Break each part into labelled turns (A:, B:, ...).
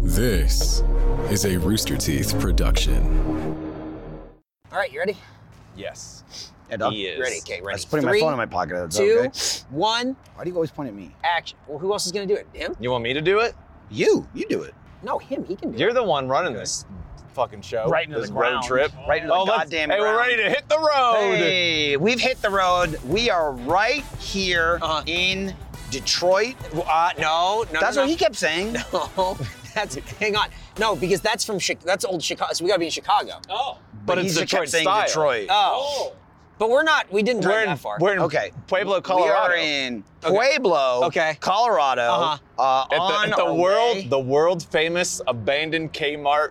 A: This is a Rooster Teeth production.
B: All right, you ready?
C: Yes.
D: Yeah, dog.
C: He is.
B: Ready? Okay,
D: I
B: ready.
D: was putting my phone in my pocket. That's
B: Three,
D: okay.
B: two, one,
D: Why do you always point at me?
B: action. Well, who else is gonna do it? Him?
C: You want me to do it?
D: You, you do it.
B: No, him. He can do
C: You're the one running this fucking show.
B: Right into
C: this
B: the
C: road
B: ground. Oh,
C: trip.
D: Right into the
C: let's-
D: goddamn
C: Oh, Hey, we're
D: ground.
C: ready to hit the road.
D: Hey, we've hit the road. We are right here
B: Uh-huh.
D: in Detroit.
B: it. Uh, no, no,
D: That's
B: no,
D: what he kept saying.
B: no. that's hang on. No, because that's from Chi- that's old Chicago. So we gotta be in Chicago.
E: Oh.
C: But
D: he
C: it's
D: just
C: Detroit
D: kept saying
C: style.
D: Detroit.
B: Oh, but we're not. We didn't drive
C: We're in,
B: that far.
C: we're in
D: Okay.
C: Pueblo,
D: We
C: Colorado.
D: are in Pueblo,
B: Okay.
D: Colorado.
B: Uh-huh.
D: Uh,
C: at the,
D: on
C: at the
D: our
C: world,
D: way.
C: the world famous abandoned Kmart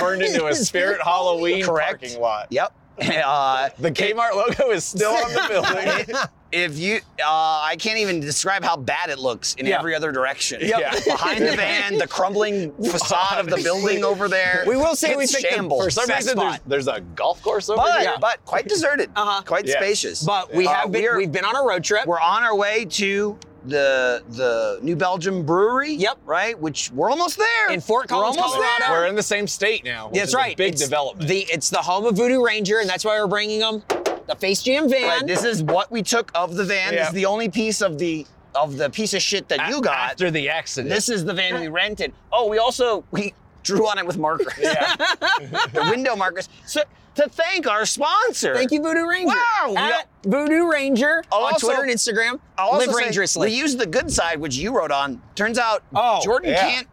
C: turned into a Spirit Halloween
D: Correct.
C: parking lot.
D: Yep. uh,
C: The Kmart logo is still on the building.
D: if you, uh, I can't even describe how bad it looks in
C: Yeah.
D: every other direction.
C: Yep. Yeah.
D: Behind the van, the crumbling facade of the building over there.
B: We will say we
D: It's
B: picked the
D: shambles.
C: For some
B: Best
C: reason, there's,
B: spot.
C: there's a golf course over
D: but,
C: there.
D: but quite deserted,
B: Uh-huh.
D: quite
C: Yeah.
D: spacious.
B: but we
D: Uh,
B: have been.
D: we're-
B: We've been on a road trip.
D: We're on our way to the the New Belgium Brewery.
B: Yep.
D: Right, which we're almost there.
B: In Fort Collins,
D: we're almost
B: Colorado.
D: There.
C: We're in the same state now. which
B: that's
C: is a
B: right.
C: big
B: it's
C: development.
B: The it's the home of Voodoo Ranger, and that's why we're bringing them the Face Jam van.
D: Right, this is what we took of the van. This
C: Yeah.
D: is the only piece of the of the piece of shit
C: A-
D: that you got.
C: after the accident.
D: This is the van we rented. Oh, we also we drew on it with markers.
C: Yeah.
D: the window markers. So to thank our sponsor.
B: Thank you, Voodoo Ranger.
D: Wow, we
B: At Voodoo Ranger on
D: Also-
B: Twitter and Instagram.
D: I'll also
B: Live
D: say,
B: Rangerously.
D: We used the good side, which you wrote on. Turns out
B: Oh,
D: Jordan
C: yeah.
D: can't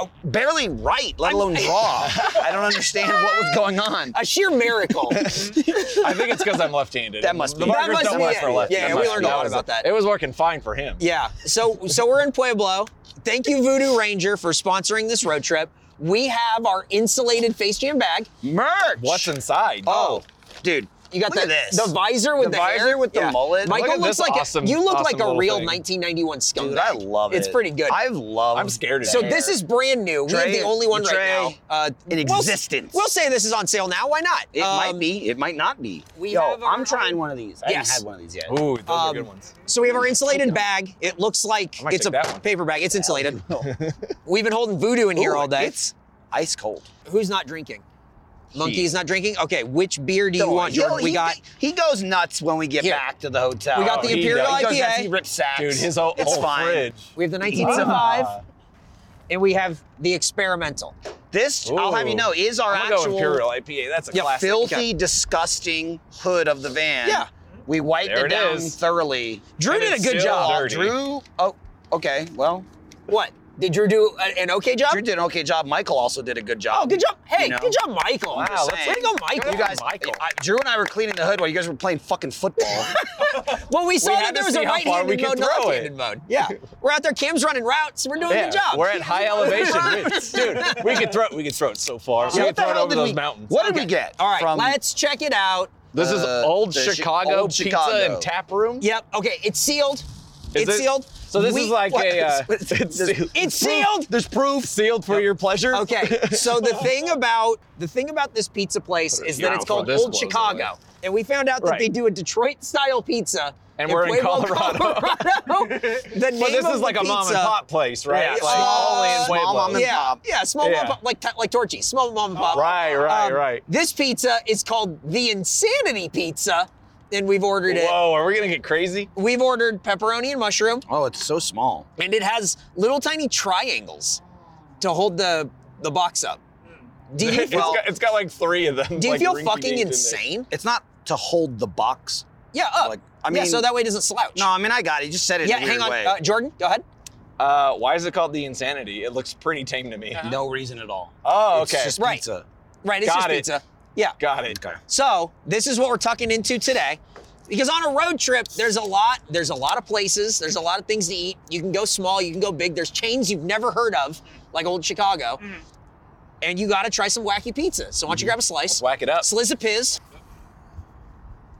D: oh, barely write, let alone draw. I don't understand what was going on.
B: a sheer miracle.
C: I think it's because I'm left-handed.
D: That must be
C: The
D: it.
C: markers
B: That must
C: don't
B: be
C: work
B: it.
C: for left.
B: Yeah,
C: that
B: yeah,
C: must
B: we learned
C: be
B: a lot
C: it.
B: about that.
C: It was working fine for him.
B: yeah. So so we're in Pueblo. Thank you, Voodoo Ranger, for sponsoring this road trip. We have our insulated Face Jam bag.
D: Merch.
C: What's inside?
D: Oh, dude.
B: You got
D: Look
B: the,
D: at this.
B: the visor with the,
D: The visor
B: hair.
D: with the mullet.
B: Michael
C: Look at
B: looks
C: this
B: like
C: awesome-
B: a, you look
C: awesome
B: like a
C: little
B: real
C: thing.
B: 1991 scumbag.
D: Dude, I love it.
B: It's pretty good.
D: I've loved.
C: I'm scared of
B: So
C: that.
B: this is brand new. we
D: Trey,
B: have the only one right
D: Trey,
B: now uh,
D: in
B: we'll-
D: existence.
B: We'll, say this is on sale now. Why not?
D: It
B: Um,
D: might be. It might not be.
B: we
D: Yo,
B: have our
D: I'm trying
B: own-
D: one of these. I
B: Yes.
D: haven't had one of these yet.
C: Oh. Ooh, those are
B: um,
C: good ones.
B: So we have our insulated bag. It looks like
C: might
B: it's a
C: take that one.
B: paper bag. It's insulated. We've been holding voodoo in here
D: Ooh,
B: all day.
D: It's ice cold.
B: Who's not drinking? Monkey is not drinking. Okay, which beer do you want,
D: Yo,
B: Jordan?
D: he,
B: we got
D: He goes nuts when we get
B: Here.
D: back to the hotel.
B: we got the
C: he
B: Imperial
C: does.
D: He goes nuts,
B: IPA.
D: he rips sacks.
C: Dude, his whole,
D: it's
C: whole
D: fine.
C: fridge.
B: we have the 1975,
C: Ah.
B: and we have the experimental.
D: This, I'll have you know, is our
C: I'm gonna
D: actual
C: go Imperial IPA. That's a
B: Yeah,
C: classic.
D: filthy, disgusting hood of the van.
B: Yeah.
D: We wiped
C: There
D: it
C: it
D: down
C: is.
D: thoroughly.
B: Drew
C: And
B: did a
C: it's
B: good
C: still
B: job.
C: dirty.
D: Drew, oh, okay. Well,
B: What did Drew do? a- An okay job?
D: Drew did an okay job. Michael also did a good job.
B: oh, good job. Hey,
D: You know?
B: good job, Michael.
D: I'm just saying.
B: Way to go, Michael.
D: You guys,
C: Michael.
D: I, Drew and I were cleaning the hood while you guys were playing fucking football.
B: Well, we saw
C: had
B: that
C: to
B: there was a
C: see how far we
B: right-handed mode,
C: could
B: and a
C: throw it.
B: left-handed mode. Yeah, we're out there. Cam's running routes. We're doing a
C: Yeah,
B: good job.
C: We're at high elevation, We- dude. We could throw we could throw it so far. we could throw it over those mountains.
D: What did we get?
B: All right,
D: from-
B: let's check it out.
C: This is
D: Uh,
C: old
D: the chi-
C: Chicago
D: old
C: pizza
D: Chicago.
C: and tap room.
B: Yep. Okay, it's sealed.
C: Is
B: it's
C: it-
B: sealed.
C: So this
B: We-
C: is like
B: what-
C: a uh,
D: It's-
C: it's
D: it's-
C: sealed-
B: It's sealed.
C: There's proof sealed for your pleasure.
B: Okay. So the thing about the thing about this pizza place is that
C: Yeah,
B: it's
C: before
B: called
C: this
B: Old
C: blows
B: Chicago,
C: away.
B: and we found out that
C: Right.
B: they do a Detroit-style pizza.
C: And we're in
B: Pueblo,
C: Colorado.
B: Colorado. the name
C: But this
B: of
C: is like
B: the
C: a mom and
B: pizza-
C: pop place, right?
B: Yeah,
C: Like
B: small-
C: only in
B: small
C: Pueblo.
D: mom and
B: yeah,
D: pop.
B: Yeah, small mom
C: Yeah.
B: and pop, like like Torchy, small mom and pop. Um,
C: Right, right, right.
B: This pizza is called the Insanity Pizza, and we've ordered it.
C: Whoa, are we gonna get crazy?
B: We've ordered pepperoni and mushroom,
D: Oh, it's so small.
B: and it has little tiny triangles to hold the the box up. Do you
C: It's
B: feel,
C: got, it's got like three of them.
B: do you
C: like,
B: feel
C: rinky-dinked in
B: fucking
C: there.
B: insane?
D: It's not to hold the box.
B: Yeah, up.
D: Like, I
B: yeah,
D: mean-
B: so that way it doesn't slouch.
D: No, I mean I got it. You just said it.
B: yeah,
D: in a weird
B: hang on,
D: Way.
B: uh, Jordan, go ahead.
C: Uh, why is it called the insanity? It looks pretty tame to me.
D: no reason at all.
C: Oh,
D: It's
C: okay.
D: just
B: Right.
D: pizza.
B: Right, it's
C: Got
B: just
C: it.
B: pizza. Yeah.
C: Got it.
B: So this is what we're tucking into today. Because on a road trip, there's a lot, there's a lot of places, there's a lot of things to eat. You can go small, you can go big. There's chains you've never heard of, like old Chicago. And you gotta try some wacky pizza. So why
D: Mm-hmm.
B: don't you grab a slice?
C: Let's whack it up.
B: Sliz a piz.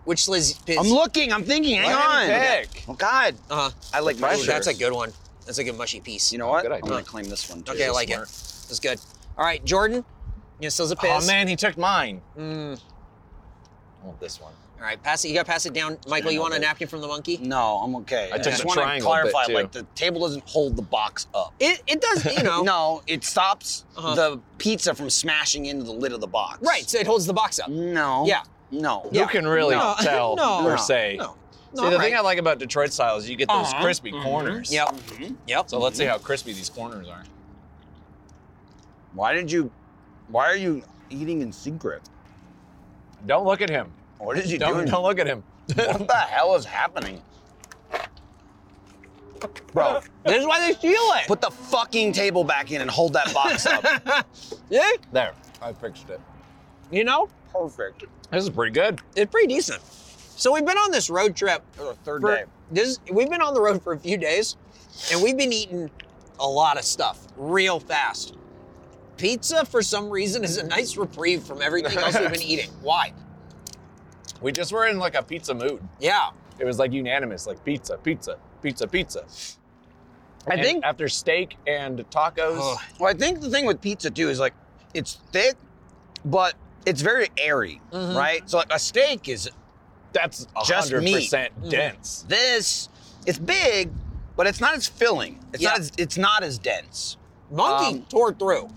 B: Which sliz piz?
D: I'm looking. I'm thinking. Hang on.
C: Heck.
D: Oh God,
B: Uh-huh.
D: I like my
B: Ooh, that's a good one. That's a good mushy piece.
D: You know what?
C: Good
D: I'm
C: idea.
D: gonna claim this one. Too.
B: Okay, I like it. That's good. All right, Jordan, you know, sliz a piz.
C: Oh man, he took mine.
B: Mm.
C: I want this one.
B: All All right, pass it. You got to pass it down. Michael, you want a napkin from the monkey?
D: No, I'm okay. I,
C: took
D: just
C: the
D: want to
C: triangle
D: clarify,
C: bit, too.
D: like the table doesn't hold the box up.
B: It, it does, you know.
D: No, it stops
B: Uh-huh.
D: the pizza from smashing into the lid of the box.
B: Right, so it holds the box up.
D: No.
B: Yeah.
D: No.
B: Yeah.
C: Who can really
B: No.
C: tell
B: No.
C: or say?
B: No. No,
C: See, the
B: right.
C: thing I like about Detroit style is you get those
B: Uh-huh.
C: crispy corners.
B: Yep.
D: Mhm.
B: Yep.
C: So let's see how crispy these corners are.
D: Why did you? Why are you eating in secret?
C: Don't look at him.
D: What did you
C: Don't,
D: do?
C: don't look at him.
D: What the hell is happening? Bro,
B: This is why they steal it.
D: put the fucking table back in and hold that box up.
B: yeah,
C: There. I fixed it.
B: you know,
D: Perfect.
C: This is pretty good.
B: it's pretty decent. So we've been on this road trip.
D: Our third
B: For,
D: day.
B: this we've been on the road for a few days, and we've been eating a lot of stuff real fast. Pizza, for some reason, is a nice reprieve from everything else we've been eating. Why?
C: We just were in like a pizza mood.
B: Yeah.
C: It was like unanimous, like pizza, pizza, pizza, pizza.
D: I
C: And
D: think.
C: after steak and tacos.
B: Ugh.
D: Well, I think the thing with pizza too is like it's thick, but it's very airy,
B: Mhm.
D: right? So like a steak is
C: That's
D: Just
C: hundred
D: meat.
C: percent dense.
D: this. It's big, but it's not as filling. It's
B: Yeah.
D: not. As, it's not as dense.
B: Monkey
D: Um,
B: tore through.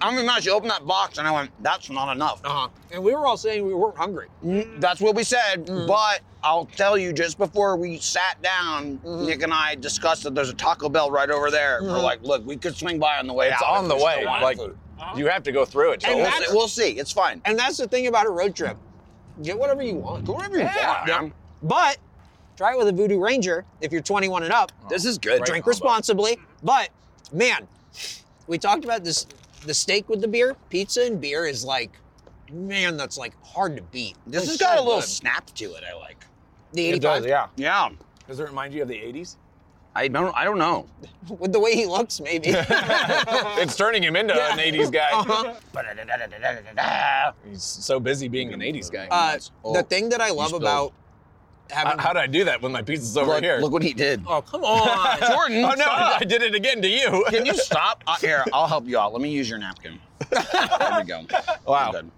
D: I remember you opened that box and I went, "That's not enough."
B: Uh-huh. And we were all saying we weren't hungry.
D: Mm, That's what we said, but I'll tell you just before we sat down, Nick and I discussed that there's a Taco Bell right over there. We're like, look, we could swing by on the way
C: It's
D: out if
C: on the
D: we still
C: way.
D: want
C: Like
D: food."
C: you have to go through it.
B: And
D: we'll,
B: that's-
D: see, we'll see. It's fine.
B: And that's the thing about a road trip. Get whatever you want.
D: Go wherever you want,
B: Yeah.
D: man.
B: But try it with a Voodoo Ranger if you're 21 and up.
D: This is good.
C: Right.
B: Drink
C: combo.
B: responsibly. But man, we talked about this the steak with the beer, pizza and beer is like, man, that's like hard to beat.
D: This has
B: is
D: got a little snap to it. I like.
B: the
C: it
B: 85
C: does, yeah.
D: Yeah.
C: Does it remind you of the 80s?
D: I don't. I don't know.
B: with the way he looks, maybe.
C: it's turning him into an 80s guy.
B: Uh-huh.
C: He's so busy being an 80s guy.
B: Uh,
D: Oh,
B: the thing that I love
D: spilled.
B: about
C: how,
B: having
C: how do I do that when my pizza's over
D: Look,
C: here?
D: look what he did.
B: Oh, come on.
D: Jordan,
C: oh no,
D: stop.
C: I did it again to you.
D: Can you stop? Uh, here, I'll help you out. Let me use your napkin. there we go.
C: Wow.
D: Good.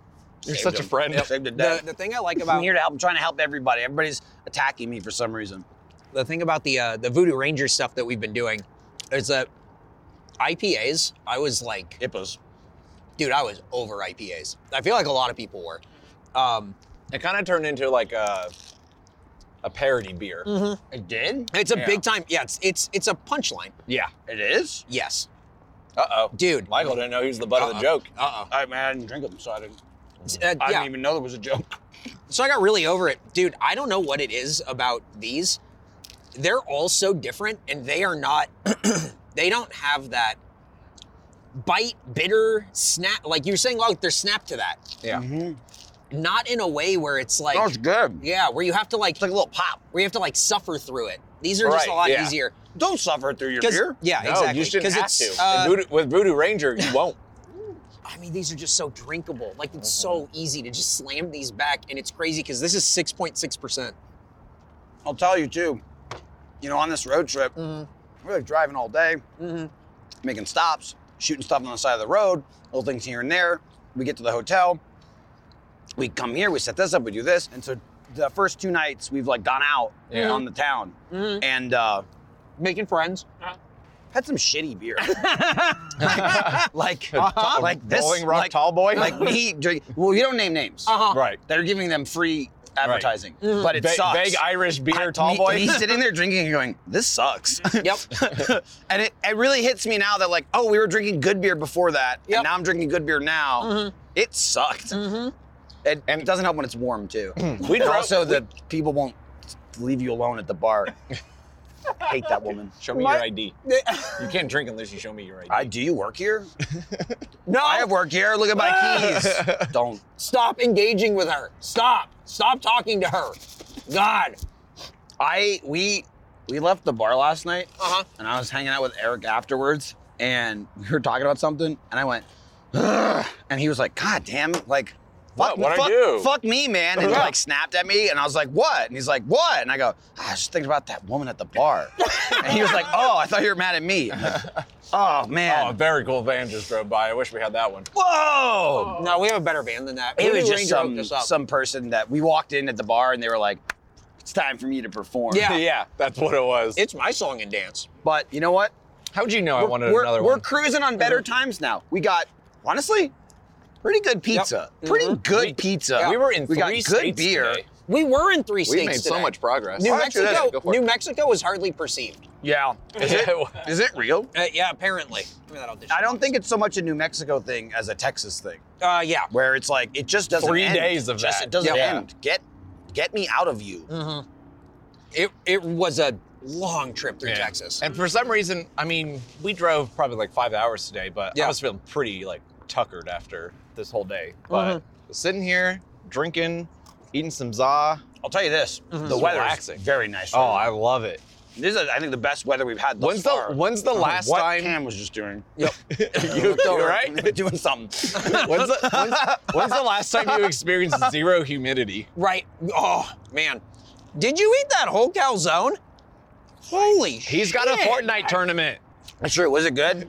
C: You're
D: Saved
C: such a
D: him.
C: friend.
D: Saved a day.
B: the, the thing I like
D: I'm
B: about
D: here to help. I'm trying to help everybody. Everybody's attacking me for some reason.
B: the thing about the uh, the Voodoo Ranger stuff that we've been doing is that IPAs. I was like,
D: Hippos.
B: dude, I was over IPAs. I feel like a lot of people were. Um,
C: It kind of turned into like a, a parody beer.
D: It did?
B: it's a
C: Yeah.
B: big time. Yeah, it's it's it's a punchline.
C: Yeah.
D: It is?
B: Yes,
C: Uh oh.
B: dude.
C: Michael didn't know he was the butt of the
B: Uh-uh.
C: joke.
B: Uh
D: I, man, I didn't drink them, so I
B: oh.
D: didn't. I
B: Yeah.
D: didn't even know there was a joke.
B: So I got really over it, dude. I don't know what it is about these. They're all so different, and they are not. they don't have that bite, bitter snap. Like you're saying, like there's snap to that. Mm-hmm.
C: Yeah.
B: Not in a way where it's like.
D: good.
B: Yeah, where you have to like
D: It's like a little pop.
B: where you have to like suffer through it. These are just a
C: Right,
B: lot
C: yeah.
B: easier.
D: Don't suffer through your
B: 'Cause-
D: beer.
B: yeah,
C: No,
B: exactly.
C: you shouldn't
B: 'Cause
C: have
B: it's,
C: to.
B: uh,
C: And Voodoo- with Voodoo Ranger, you won't.
B: I mean, these are just so drinkable. Like it's so
C: Mm-hmm.
B: easy to just slam these back, and it's crazy because this is six point six percent.
D: I'll tell you, too. You know, on this road trip, we were driving all day, making stops, shooting stuff on the side of the road, little things here and there. We get to the hotel. We come here, we set this up, we do this. And so the first two nights, we've like gone out
C: Yeah.
D: on the town and uh,
B: Making friends.
D: had some shitty beer. like, uh-huh. like this.
C: Rolling Rock
D: like,
C: Tall Boy?
D: like we drink. Well, you don't name names.
B: Uh huh.
C: right.
D: They're giving them free advertising, Mm-hmm. but it
C: Ba-
D: sucks.
C: Vague Irish beer,
D: I-
C: Tall
D: me-
C: Boy.
D: me sitting there drinking and going, "This sucks,"
B: Yep.
D: and it, it really hits me now that like, oh, we were drinking good beer before that,
B: Yep.
D: and now I'm drinking good beer now.
C: Mm-hmm.
D: It sucked. It, and it doesn't help when it's warm too.
C: We
D: And
C: drove-
D: also the people won't leave you alone at the bar. I hate that woman.
C: Show me
B: My-
C: your ID. You can't drink unless you show me your ID.
D: I do you work here?
B: no.
D: I have work here. Look at my keys. Don't.
B: Stop engaging with her. Stop. Stop talking to her. God.
D: I we we left the bar last night,
B: Uh-huh.
D: and I was hanging out with Eric afterwards, and we were talking about something, and I went, "Ugh," and he was like, "God damn!" Like,
C: What? What'd I
D: fuck,
C: do?
D: Fuck me, man. And he like snapped at me, and I was like, what? And he's like, what? And I go, "Ah, I was just thinking about that woman at the bar. and he was like, oh, I thought you were mad at me. I'm like, oh,
C: Oh, a
D: man.
C: very cool van just drove by. I wish we had that one.
D: Whoa!
B: No, we have a better band than that.
D: It
B: Maybe
D: was just
B: Ranger hooked
D: some,
B: us up.
D: some person that we walked in at the bar, and they were like, it's time for me to perform.
B: Yeah.
C: yeah, that's what it was.
B: It's my song and dance.
D: But you know what?
C: How'd you know I wanted
D: we're,
C: another
D: we're
C: one?
D: cruising on better
C: Mm-hmm.
D: times now. We got, honestly, pretty good pizza.
C: Mm-hmm.
D: Pretty good pizza.
C: We were in
D: We got
C: three
D: good
C: states
D: beer.
C: today.
B: We were in three
E: We
B: states.
E: made so
B: today.
E: much progress.
B: New
D: Why don't you do that?
B: Mexico.
E: Go for it.
B: New Mexico was hardly perceived.
D: Yeah. Is it, is it real?
B: Uh, yeah, apparently. Give me that audition.
D: I don't think it's so much a New Mexico thing as a Texas thing,
B: Uh, yeah.
D: where it's like it just doesn't
C: Three
D: end.
C: days of
D: just,
C: that. Mm.
D: It doesn't
B: Yeah.
D: end. Get, get me out of you.
B: It it was a long trip through
C: Yeah.
B: Texas.
C: And for some reason, I mean, we drove probably like five hours today, but
B: Yeah.
C: I was feeling pretty like tuckered after this whole day. But sitting here, drinking, eating some za.
D: I'll tell you this: the
C: Mm-hmm. It's
D: weather
C: relaxing.
D: is very nice.
C: Oh,
D: right
C: I love it.
D: now. this is I think the best weather we've had. Thus
C: When's
D: far.
C: the when's the last
D: what
C: time?
D: Cam was just doing?
C: you, you right?
D: doing something.
C: when's, the, when's, when's the last time you experienced zero humidity?
B: right. Oh man, did you eat that whole calzone? Holy shit!
C: He's got a Fortnite tournament.
D: That's true. Was it good?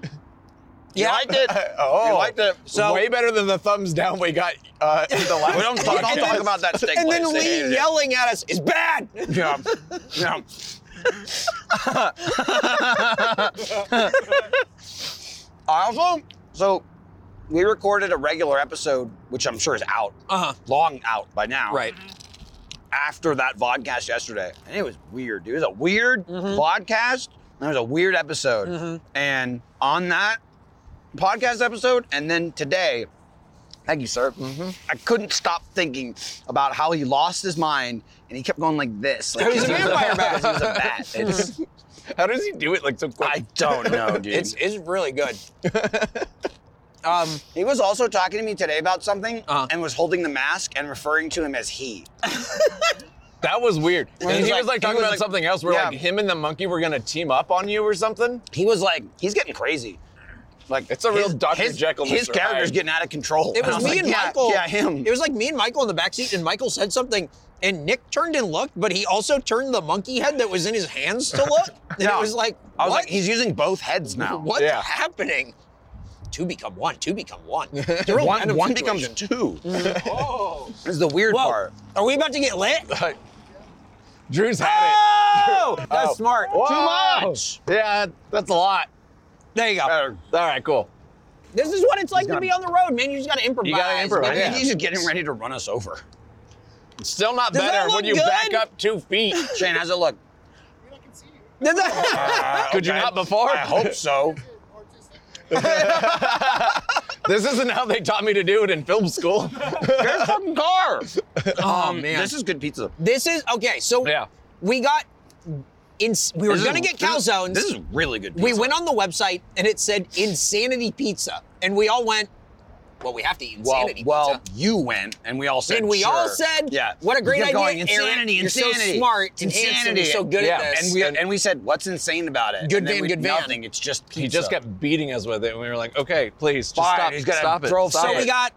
B: Yeah.
D: You liked it.
C: Oh,
D: You liked it.
B: So-
C: way better than the thumbs down we got uh, in the last.
D: we don't talk, don't
B: And
D: talk
B: then-
D: about that steak.
B: And
D: place.
B: then
D: They hated
B: Lee
D: it.
B: yelling at us is bad.
D: Yeah. Yeah. I also, so we recorded a regular episode, which I'm sure is out,
B: Uh huh.
D: long out by now.
B: Right.
D: After that vodcast yesterday. And it was weird, dude. It was a weird
B: Mm-hmm.
D: vodcast. And it was a weird episode. And on that podcast episode, and then today, thank you, sir.
B: Mm-hmm.
D: I couldn't stop thinking about how he lost his mind and he kept going like this. Like,
B: He's a
D: he was
B: vampire bat.
D: He was a bat. It's-
C: How does he do it like so quick?
D: I don't know, dude.
B: It's it's really good. um.
D: he was also talking to me today about something
B: Uh-huh.
D: and was holding the mask and referring to him as he.
C: that was weird. And
D: he was
C: he was
D: like-
C: like
D: he
C: talking
D: was
C: about
D: like-
C: something else. Where
D: yeah.
C: like him and the monkey were gonna team up on you or something.
D: He was like, he's getting crazy. Like
C: It's a real
D: his-
C: Dr.
D: His,
C: Jekyll,
D: his
C: Mr.
D: character's
C: Hyde.
D: getting out of control.
B: It was,
D: I
B: me
D: like,
B: and
D: yeah,
B: Michael.
D: Yeah, him.
B: It was like me and Michael in the backseat, and Michael said something, and Nick turned and looked, but he also turned the monkey head that was in his hands to look. And
D: Yeah.
B: it was like,
D: I was
B: what?
D: like, he's using both heads now.
B: what's
C: Yeah.
B: happening? Two become one. Two become one.
D: One, one becomes two.
B: Oh.
D: This is the weird
B: Whoa.
D: part.
B: Are we about to get lit?
C: Drew's had
B: Oh, that's
C: Oh.
B: smart.
C: it.
D: Too much.
C: Yeah, that's a lot.
B: There you go.
C: All right, cool.
B: this is what it's like to be on the road, man. You just gotta improvise.
C: improvise,
D: I
B: man.
D: think
C: Yeah.
D: he's just getting ready to run us over.
C: Still not
B: Does that
C: better when
B: look
C: you back
B: good?
C: up two feet.
D: Shane, how's it look?
B: Does that-
D: Uh,
C: Could you
D: okay.
C: not before?
D: I hope so.
C: This isn't how they taught me to do it in film school.
D: There's a fucking car.
B: oh
D: Um,
B: man,
D: This is good pizza.
B: This is okay. So
C: Yeah.
B: we got in. We were
D: This is-
B: gonna get
D: this is-
B: calzones.
D: This is really good pizza.
B: we went on the website and it said insanity pizza, and we all went, "Well, we have to eat
D: Well,
B: insanity
D: well,
B: pizza."
D: you went, and we all said.
B: And we
D: sure.
B: all said,
D: "Yeah,
B: what a great
D: Kept
B: idea,
D: Going,
B: Aaron.
D: insanity,
B: You're so
D: insanity,
B: smart and handsome. You're so good at this."
D: And we and we said, "What's insane about it?"
B: Good
D: and then
B: van,
D: we-
B: good van.
D: Nothing. It's just pizza.
C: He just kept beating us with it, and we were like, okay, please, just
D: Fine,
C: stop.
D: he's gonna
C: stop it.
D: throw
C: stop
B: so
C: it.
B: we got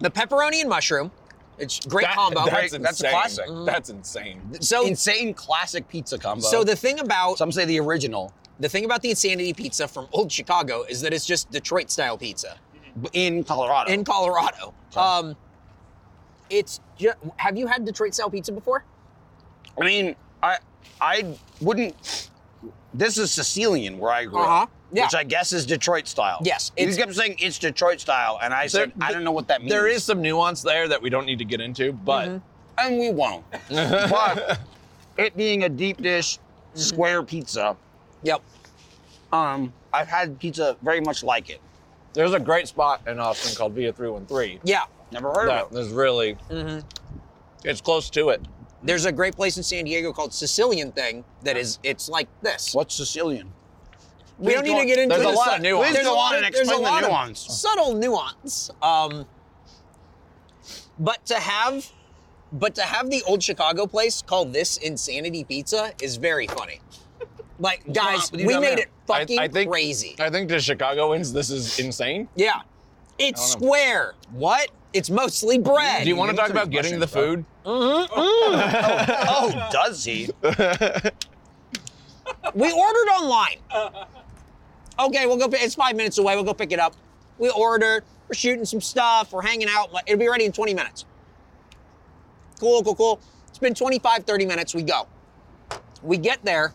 B: the pepperoni and mushroom. It's great
C: That-
B: combo.
C: That's,
D: Great-
C: insane. Mm-hmm.
D: that's a classic.
C: That's insane.
B: so
D: insane classic pizza combo.
B: so the thing about
D: some say the original
B: the thing about the insanity pizza from old Chicago is that it's just Detroit style pizza
D: b- in Colorado.
B: in Colorado. Um, it's ju- have you had Detroit style pizza before?
D: I mean, I I wouldn't. This is Sicilian where I grew
B: Uh-huh.
D: up,
B: Yeah.
D: which I guess is Detroit style.
B: Yes,
D: You
B: it's-
D: kept saying it's Detroit style, and I said I don't know what that means.
C: There is some nuance there that we don't need to get into, but
D: and we won't. but it being a deep dish square pizza,
B: Yep.
D: um, I've had pizza very much like it.
C: there's a great spot in Austin called Via 313.
B: Yeah.
D: Never heard
C: That
D: of it.
C: is really, Mm-hmm. it's close to it.
B: There's a great place in San Diego called Sicilian Thing that is it's like this.
D: What's Sicilian?
B: We don't
D: Please
B: need
D: go-
B: to get into
C: there's a
B: the
C: lot of
B: sub-
C: nuance.
B: There's a
D: Please go
B: lot
D: on
B: of,
D: and
B: there's a
D: explain the
B: lot of
D: nuance.
B: subtle nuance. Um, but to have, but to have the old Chicago place call this insanity pizza is very funny. Like
D: going
B: guys,
D: on with you
B: we
D: down
B: made
D: there?
B: it fucking
C: I, I think,
B: crazy.
C: I think to Chicagoans, this is insane.
B: yeah, It's
C: I don't know.
B: square. What? It's mostly bread.
C: Do you want to
D: Give me
C: talk
D: some
C: about getting the
D: expressions,
C: food?
D: Oh, does he?
B: we ordered online. Okay, we'll go. pi- It's five minutes away. We'll go pick it up. We ordered. We're shooting some stuff. We're hanging out. like, It'll be ready in 20 minutes. Cool, cool, cool. It's been 25, 30 minutes. We go. We get there.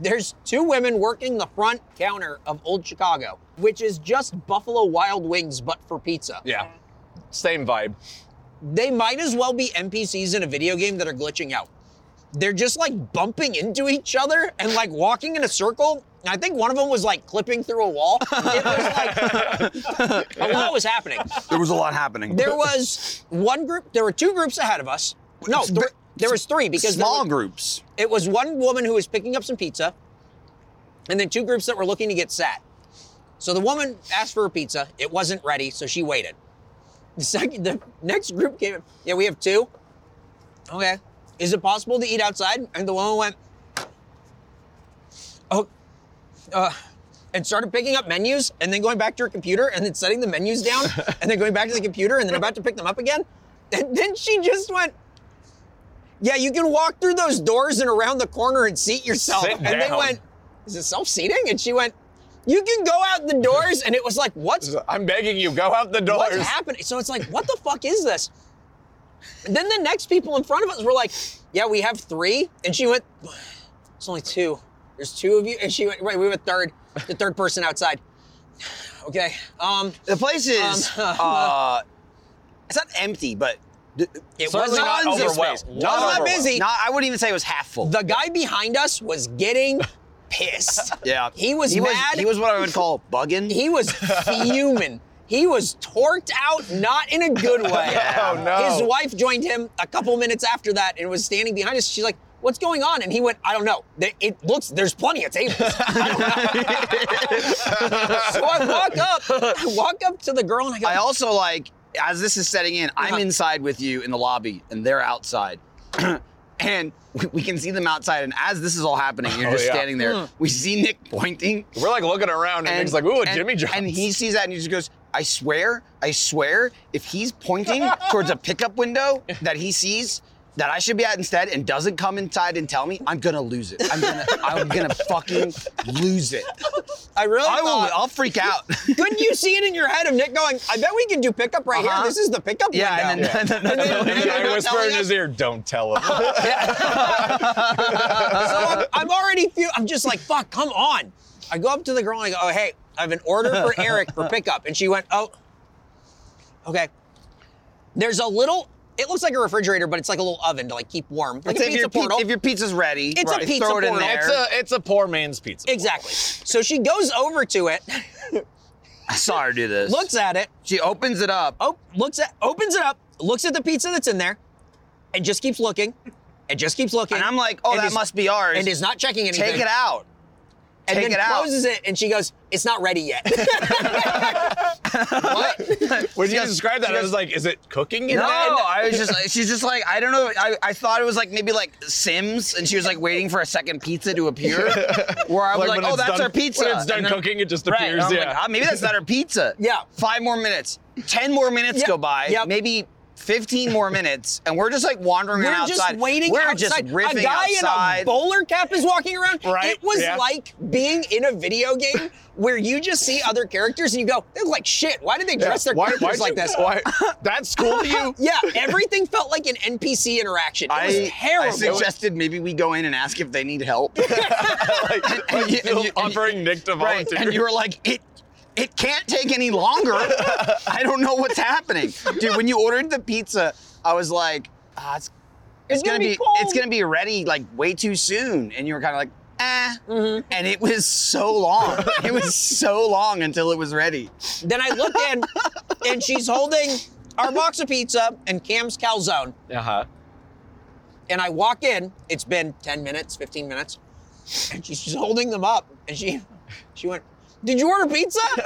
B: There's two women working the front counter of Old Chicago, which is just Buffalo Wild Wings, but for pizza.
C: Yeah. Same vibe.
B: They might as well be NPCs in a video game that are glitching out. They're just like bumping into each other and like walking in a circle. And I think one of them was like clipping through a wall. It was like a lot was happening.
D: There was a lot happening.
B: There was one group. There were two groups ahead of us. No,
D: It's
B: there,
D: ve-
B: there was three because there
D: small
B: were-
D: groups.
B: it was one woman who was picking up some pizza, and then two groups that were looking to get sat. So the woman asked for a pizza. It wasn't ready, so she waited. The second, the next group came. in. Yeah, we have two. Okay, is it possible to eat outside? And the woman went, oh, uh, and started picking up menus, and then going back to her computer, and then setting the menus down, and then going back to the computer, and then about to pick them up again. And then she just went. Yeah, you can walk through those doors and around the corner and seat yourself.
C: Sit
B: and they
C: down.
B: went, Is it self seating? And she went, You can go out the doors. And it was like, What's,
C: I'm begging you, go out the
B: what's
C: doors.
B: happening? So it's like, What the fuck is this? And then the next people in front of us were like, Yeah, we have three. And she went, It's only two. There's two of you. And she went, Wait, we have a third, the third person outside. Okay. Um,
D: The place is
B: Um,
D: uh, it's not empty, but th-
B: It
D: tons
B: was not
D: of
C: overwhelmed.
D: space.
C: Not
D: Tons of-
B: overwhelmed. busy.
D: Not, I wouldn't even say it was half full.
B: the guy behind us was getting pissed.
D: yeah,
B: He was
D: he
B: mad.
D: Was, he was what I would call bugging.
B: He was fuming. He was torqued out, not in a good way.
D: Yeah.
C: Oh, no.
B: His wife joined him a couple minutes after that and was standing behind us. She's like, "What's going on?" And he went, "I don't know. They- It looks there's plenty of tables." I don't know. so I walk up, I walk up to the girl and I go,
D: I also like as this is setting in. I'm
B: Uh-huh.
D: inside with you in the lobby, and they're outside. And we- we can see them outside, and as this is all happening, you're
C: Oh,
D: just
C: yeah.
D: standing there. We see Nick pointing,
C: We're like looking around and, he's like, ooh, a Jimmy John's.
D: and he sees that and he just goes, I swear, I swear, if he's pointing towards a pickup window that he sees that I should be at instead and doesn't come inside and tell me, I'm gonna lose it. I'm gonna, I'm gonna fucking lose it.
B: "I really
D: I will,
B: thought-
D: I'll freak out.
B: Couldn't you see it in your head of Nick going, "I bet we can do pickup right
D: Uh-huh.
B: here. This is the pickup
D: yeah, and
B: window."
D: then, and then-
B: And then-
C: and then I
B: You're
C: whisper
B: telling
C: in his
B: us-
C: ear, don't tell him.
B: So I'm, I'm already few. I'm just like, fuck, come on. I go up to the girl and I go, oh hey, I have an order for Eric for pickup, and she went, oh, okay. There's a little. It looks like a refrigerator, but it's like a little oven to like keep warm, like
D: It's
B: a
D: if,
B: pizza
D: your, pi-
B: portal.
D: if your pizza's ready,
B: It's a
D: right,
B: pizza
D: throw it in
B: portal.
D: there.
C: it's, a, it's a poor man's pizza.
B: exactly. So she goes over to it,
D: I saw her do this.
B: looks at it,
D: she opens it up.
B: oh, looks at, opens it up, looks at the pizza that's in there, and just keeps looking, and just keeps looking.
D: And I'm like, oh,
B: and
D: that
B: is-
D: must be ours.
B: and is not checking anything.
D: Take it out.
B: and
D: Take
B: then
D: it out.
B: closes it, and she goes, "It's not ready yet."
C: When you described that, I was like, is it cooking in
D: No,
C: that?
D: I was just. She's just like I don't know. I, I thought it was like maybe like Sims, and she was like waiting for a second pizza to appear. Where I was like,
C: when
D: oh,
C: it's
D: that's
C: done-
D: our pizza.
C: When it's done
D: And then-
C: cooking, it just
D: Right,
C: appears.
D: and I'm
C: yeah.
D: like, ah, maybe that's not our pizza.
B: Yeah.
D: Five more minutes. Ten more minutes
B: Yeah,
D: go by.
B: yep.
D: Maybe. 15 more minutes, and we're just like wandering
B: We're
D: around
B: just
D: outside.
B: waiting
D: We're
B: outside.
D: just riffing
B: a guy
D: outside.
B: in a bowler cap is walking around.
C: Right,
B: It was
C: yeah.
B: like being in a video game where you just see other characters and you go, they look like shit. Why did they dress their
C: Why,
B: characters
C: why'd
B: like
C: you-
B: this?
C: Why, that's cool to you?
B: Yeah, everything felt like an NPC interaction. It
D: I,
B: was
D: I
B: terrible.
D: suggested maybe we go in and ask if they need help.
C: like, like
D: you-
C: still
D: and you-
C: offering Nick to
D: Right.
C: volunteer.
D: And you were like, it it can't take any longer. I don't know what's happening. Dude, when you ordered the pizza, I was like, ah, it's, it's, gonna, be,
B: cold.
D: it's gonna be ready like way too soon. And you were kind of like, eh.
B: Mm-hmm.
D: And it was so long. it was so long until it was ready.
B: then I look in and she's holding our box of pizza and Cam's calzone.
C: uh-huh.
B: And I walk in, it's been 10 minutes, 15 minutes, and she's just holding them up. And she she went, Did you order pizza?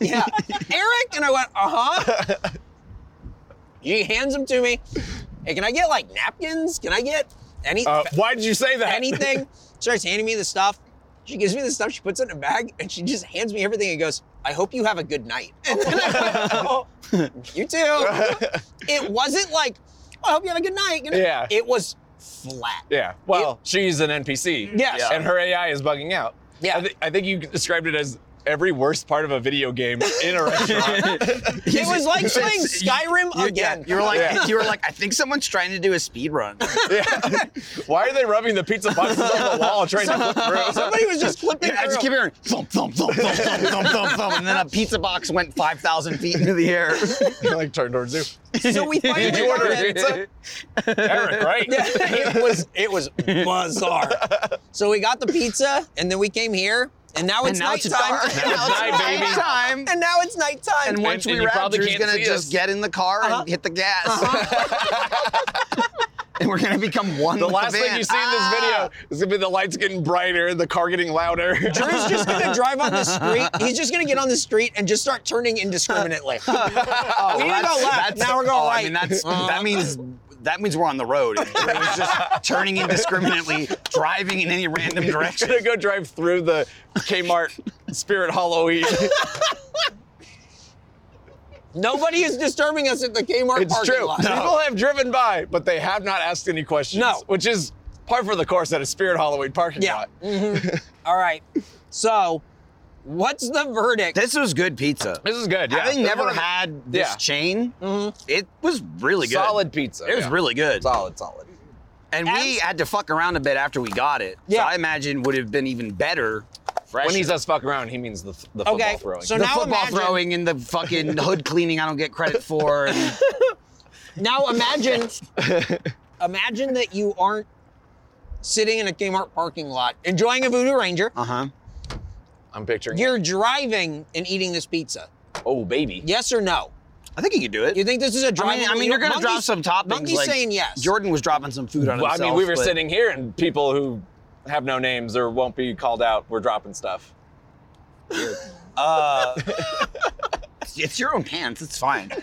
B: yeah. Eric? And I went, uh-huh. She hands them to me. Hey, can I get like napkins? Can I get any
C: Uh, why did you say that?
B: anything? Starts handing me the stuff. She gives me the stuff, she puts it in a bag, and she just hands me everything and goes, I hope you have a good night. And then I went, "Oh, you too. It wasn't like, "Oh, I hope you have a good night. you know?
C: Yeah.
B: It was flat.
C: Yeah. Well, she's an NPC.
B: Yes.
C: And her AI is bugging out.
B: Yeah.
C: I, thi- I think you described it as every worst part of a video game in a restaurant.
B: It was like playing
D: You-
B: Skyrim
D: you- yeah,
B: again.
D: you were like,
C: Yeah.
D: you were like, I think someone's trying to do a speed run.
C: yeah. Why are they rubbing the pizza boxes on the wall trying to flip through?
B: Somebody was just flipping
D: I
B: through.
D: just keep hearing thump thump thump thump thump thump thump thump, and then a pizza box went five thousand feet into the air.
C: like turned towards you.
B: So we finally
C: Did you order
B: got
C: a
B: it.
C: pizza? Eric, right?
B: Yeah, it was it was bizarre. So we got the pizza and then we came here and now it's
D: And now it's
B: nighttime.
D: dark.
B: And now
C: it's night, baby.
B: nighttime.
D: Time.
B: And now it's nighttime.
D: And
C: And- and
D: once we
C: you
D: wrap,
C: probably
D: Drew's
C: can't
D: gonna
C: see
D: just
C: us.
D: get in the car
B: Uh-huh.
D: and hit the gas, and we're gonna become one.
C: The
D: with
C: last
D: the
C: thing
D: van.
C: you see in this
B: Ah.
C: video is gonna be the lights getting brighter, the car getting louder.
B: Drew's just gonna drive on the street. He's just gonna get on the street and just start turning indiscriminately.
D: Oh,
B: we need to
D: that's-
B: go left.
D: that's-
B: Now we're going
D: oh,
B: right. Uh-huh.
D: I mean, that's that means that means we're on the road. It was just turning indiscriminately, driving in any random direction.
C: gonna go drive through the Kmart Spirit Halloween.
B: Nobody is disturbing us at the Kmart
C: It's
B: parking
C: true.
B: lot.
C: People have driven by, but they have not asked any questions.
B: No.
C: Which is par for the course at a Spirit Halloween parking
B: Yeah.
C: lot. Mm,
B: Mhm. All right. So, what's the verdict?
D: This was good pizza.
C: This is good. Yeah.
D: Having
C: This
D: never
C: one-
D: had this
C: Yeah.
D: chain,
B: Mm-hmm.
D: it was really good.
C: solid pizza.
D: It was
C: yeah.
D: really good.
C: solid, solid.
D: And we
B: As-
D: had to fuck around a bit after we got it.
B: Yeah.
D: So I imagine would have been even better. Fresh.
C: When he says fuck around, he means the, f- the
B: Okay,
C: football throwing.
B: so
D: the
B: now
D: football
B: imagine-
D: throwing and the fucking hood cleaning, I don't get credit for. and-
B: Now imagine, imagine that you aren't sitting in a Kmart parking lot enjoying a Voodoo Ranger.
D: uh
C: Uh-huh.
D: huh.
C: I'm picturing.
B: You're driving and eating this pizza.
C: oh baby.
B: Yes or no?
D: I think he could do it.
B: You think this is a
D: I
B: driving?
D: mean, I mean, you're gonna drop
B: Monkey's-
D: some toppings.
B: Monkey's
D: like
B: saying yes.
D: Jordan was dropping some food on
C: Well, I
D: himself.
C: mean, we were
D: but-
C: sitting here, and people who have no names or won't be called out were dropping stuff.
D: Uh, it's your own pants. It's fine.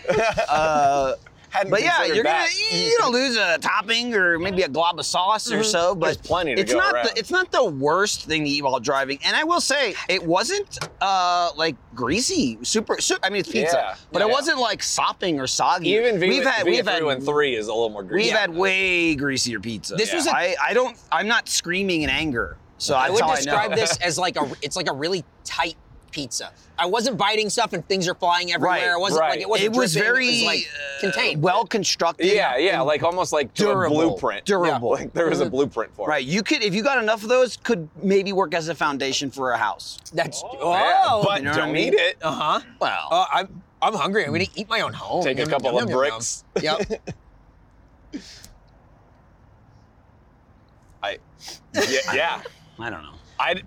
C: Hadn't
D: But yeah,
C: considered
D: you're gonna
C: that.
D: you're gonna lose a topping or maybe a glob of sauce or so. But
C: Mm-hmm. There's plenty to
D: it's
C: go
D: not
C: around.
D: the it's not the worst thing to eat while driving. And I will say it wasn't uh like greasy, super. su- I mean, it's pizza,
C: Yeah.
D: but it
C: Yeah.
D: wasn't like sopping or soggy.
C: Even V-
D: we've had
C: V-
D: we've had
C: three and three is a little more
D: we've
C: greasy.
D: had way greasier pizza.
B: This was
D: I
B: a-
D: I I don't. I'm not screaming in anger. So
B: I
D: that's
B: would
D: how I
B: describe
D: know.
B: this as like a. It's like a really tight pizza. I wasn't biting stuff and things are flying everywhere.
D: Right,
B: it wasn't
C: right.
B: like it wasn't.
D: It was
B: dripping,
D: very
B: it was like
D: uh,
B: contained.
D: well constructed.
C: yeah, yeah, like almost like to a
D: durable,
C: blueprint.
D: durable.
C: Yeah, like there was a blueprint for it.
D: Right, you could if you got enough of those, could maybe work as a foundation for a house.
B: that's
C: Yeah,
B: oh.
C: but
D: You know what I
C: don't eat
D: mean?
C: it.
B: uh huh.
D: Well,
B: Uh, I'm I'm hungry. I'm gonna eat my own home.
C: Mm. Take a
B: Yum,
C: couple
B: yum, yum,
C: of
B: yum,
C: bricks.
B: yum. Yep.
C: I, yeah, yeah.
D: I don't know.
C: I,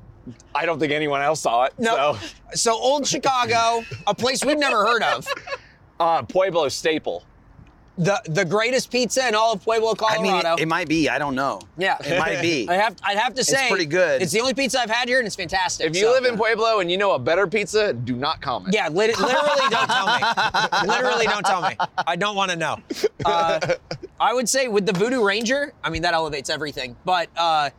C: I don't think anyone else saw it.
B: No.
C: So.
B: So old Chicago, a place we've never heard of.
C: Uh, Pueblo staple.
B: The the greatest pizza in all of Pueblo,
D: I mean,
B: Colorado.
D: it, it might be. I don't know.
B: yeah,
D: It might be.
B: I have I'd have to say
D: pretty good.
B: It's the only pizza I've had here, and it's fantastic.
C: If you
B: So-
C: live in Pueblo and you know a better pizza, do not comment.
B: yeah, lit- literally don't tell me. literally don't tell me. I don't want to know. Uh, I would say with the Voodoo Ranger, I mean that elevates everything, but uh,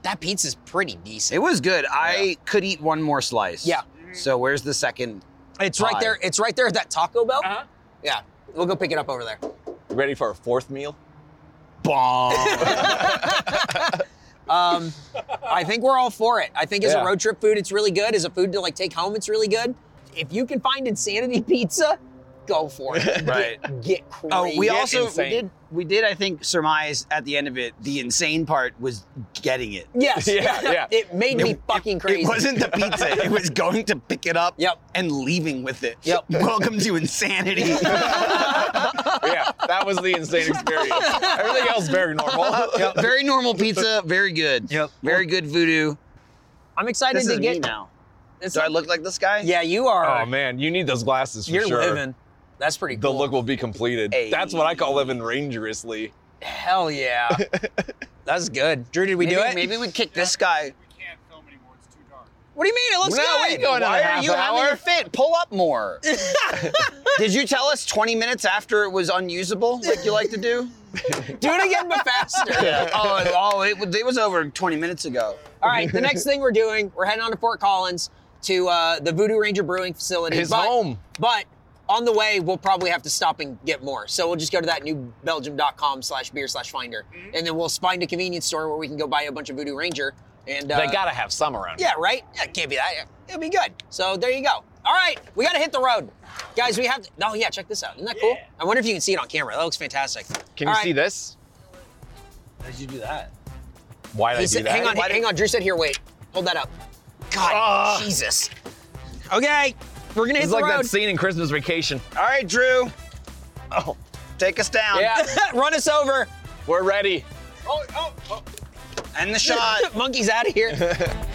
B: that pizza's pretty
D: It
B: decent.
D: was good. I could eat one more slice.
B: Yeah.
D: So where's the second?
B: It's right
D: Hi.
B: there. It's right there at that Taco Bell. Yeah, we'll go pick it up over there.
C: Ready for a fourth meal?
D: Bomb.
B: Um, I think we're all for it. I think as a
C: Yeah.
B: road trip food, it's really good. As a food to like take home, it's really good. If you can find insanity pizza, go for it.
D: Right.
B: Get, get crazy.
D: oh, we also we
C: insane.
D: did we did I think surmise at the end of it the insane part was getting it.
B: Yes.
C: Yeah, yeah.
B: it made me fucking crazy.
D: It wasn't the pizza. It was going to pick it up
B: Yep.
D: and leaving with it.
B: Yep.
D: Welcome to insanity.
C: yeah, that was the insane experience. Everything else very normal.
D: Very normal pizza. Very good.
B: Yep.
D: Very good voodoo.
B: I'm excited
D: This
B: to
D: is
B: get.
D: me now.
B: it's
D: Do I
B: not-
D: look like this guy?
B: Yeah, you are.
C: Oh man, you need those glasses for
B: you're
C: sure.
B: living. That's pretty
C: The
B: cool.
C: look will be completed.
D: Hey.
C: That's what I call living dangerously.
B: Hell yeah. That's good. Drew, did we
D: Maybe,
B: do it?
D: maybe we kick this guy.
E: can't film anymore. It's too dark.
B: What do you mean? It looks
D: No,
B: good.
D: what are you going on
C: Why
D: a
C: are
D: half
C: you having
D: hour?
C: a
D: fit? Pull up more. Did you tell us 20 minutes after it was unusable, like you like to do?
B: Do it again, but faster.
D: oh, it- oh, it, was- it was over 20 minutes ago.
B: All right, the next thing we're doing, we're heading on to Fort Collins to uh, the Voodoo Ranger Brewing Facility.
C: His
B: but,
C: home.
B: But on the way, we'll probably have to stop and get more. So we'll just go to that newbelgium.com slash beer slash finder. And then we'll find a convenience store where we can go buy a bunch of Voodoo Ranger. And uh,
C: they gotta have some around.
B: Yeah, right? Yeah, it can't be that. Yeah, It'll be good. So there you go. All right, we got to hit the road. Guys, we have to. Oh, yeah, check this out. Isn't that cool? I wonder if you can see it on camera. That looks fantastic.
C: Can
B: All
C: you
B: right.
C: see this?
D: How did you do that?
C: Why did
B: He
C: I
B: said-
C: do that?
B: hang on,
C: Why
B: hang on. Drew said here, wait. Hold that up. God,
C: Ah.
B: Jesus. Okay, we're gonna hit
C: It's
B: the
C: like
B: road.
C: that scene in Christmas Vacation.
D: All right, Drew. Oh, take us down.
C: Yeah,
B: Run us over.
C: we're ready.
E: Oh, oh, oh.
D: End the shot.
B: Monkey's out of here.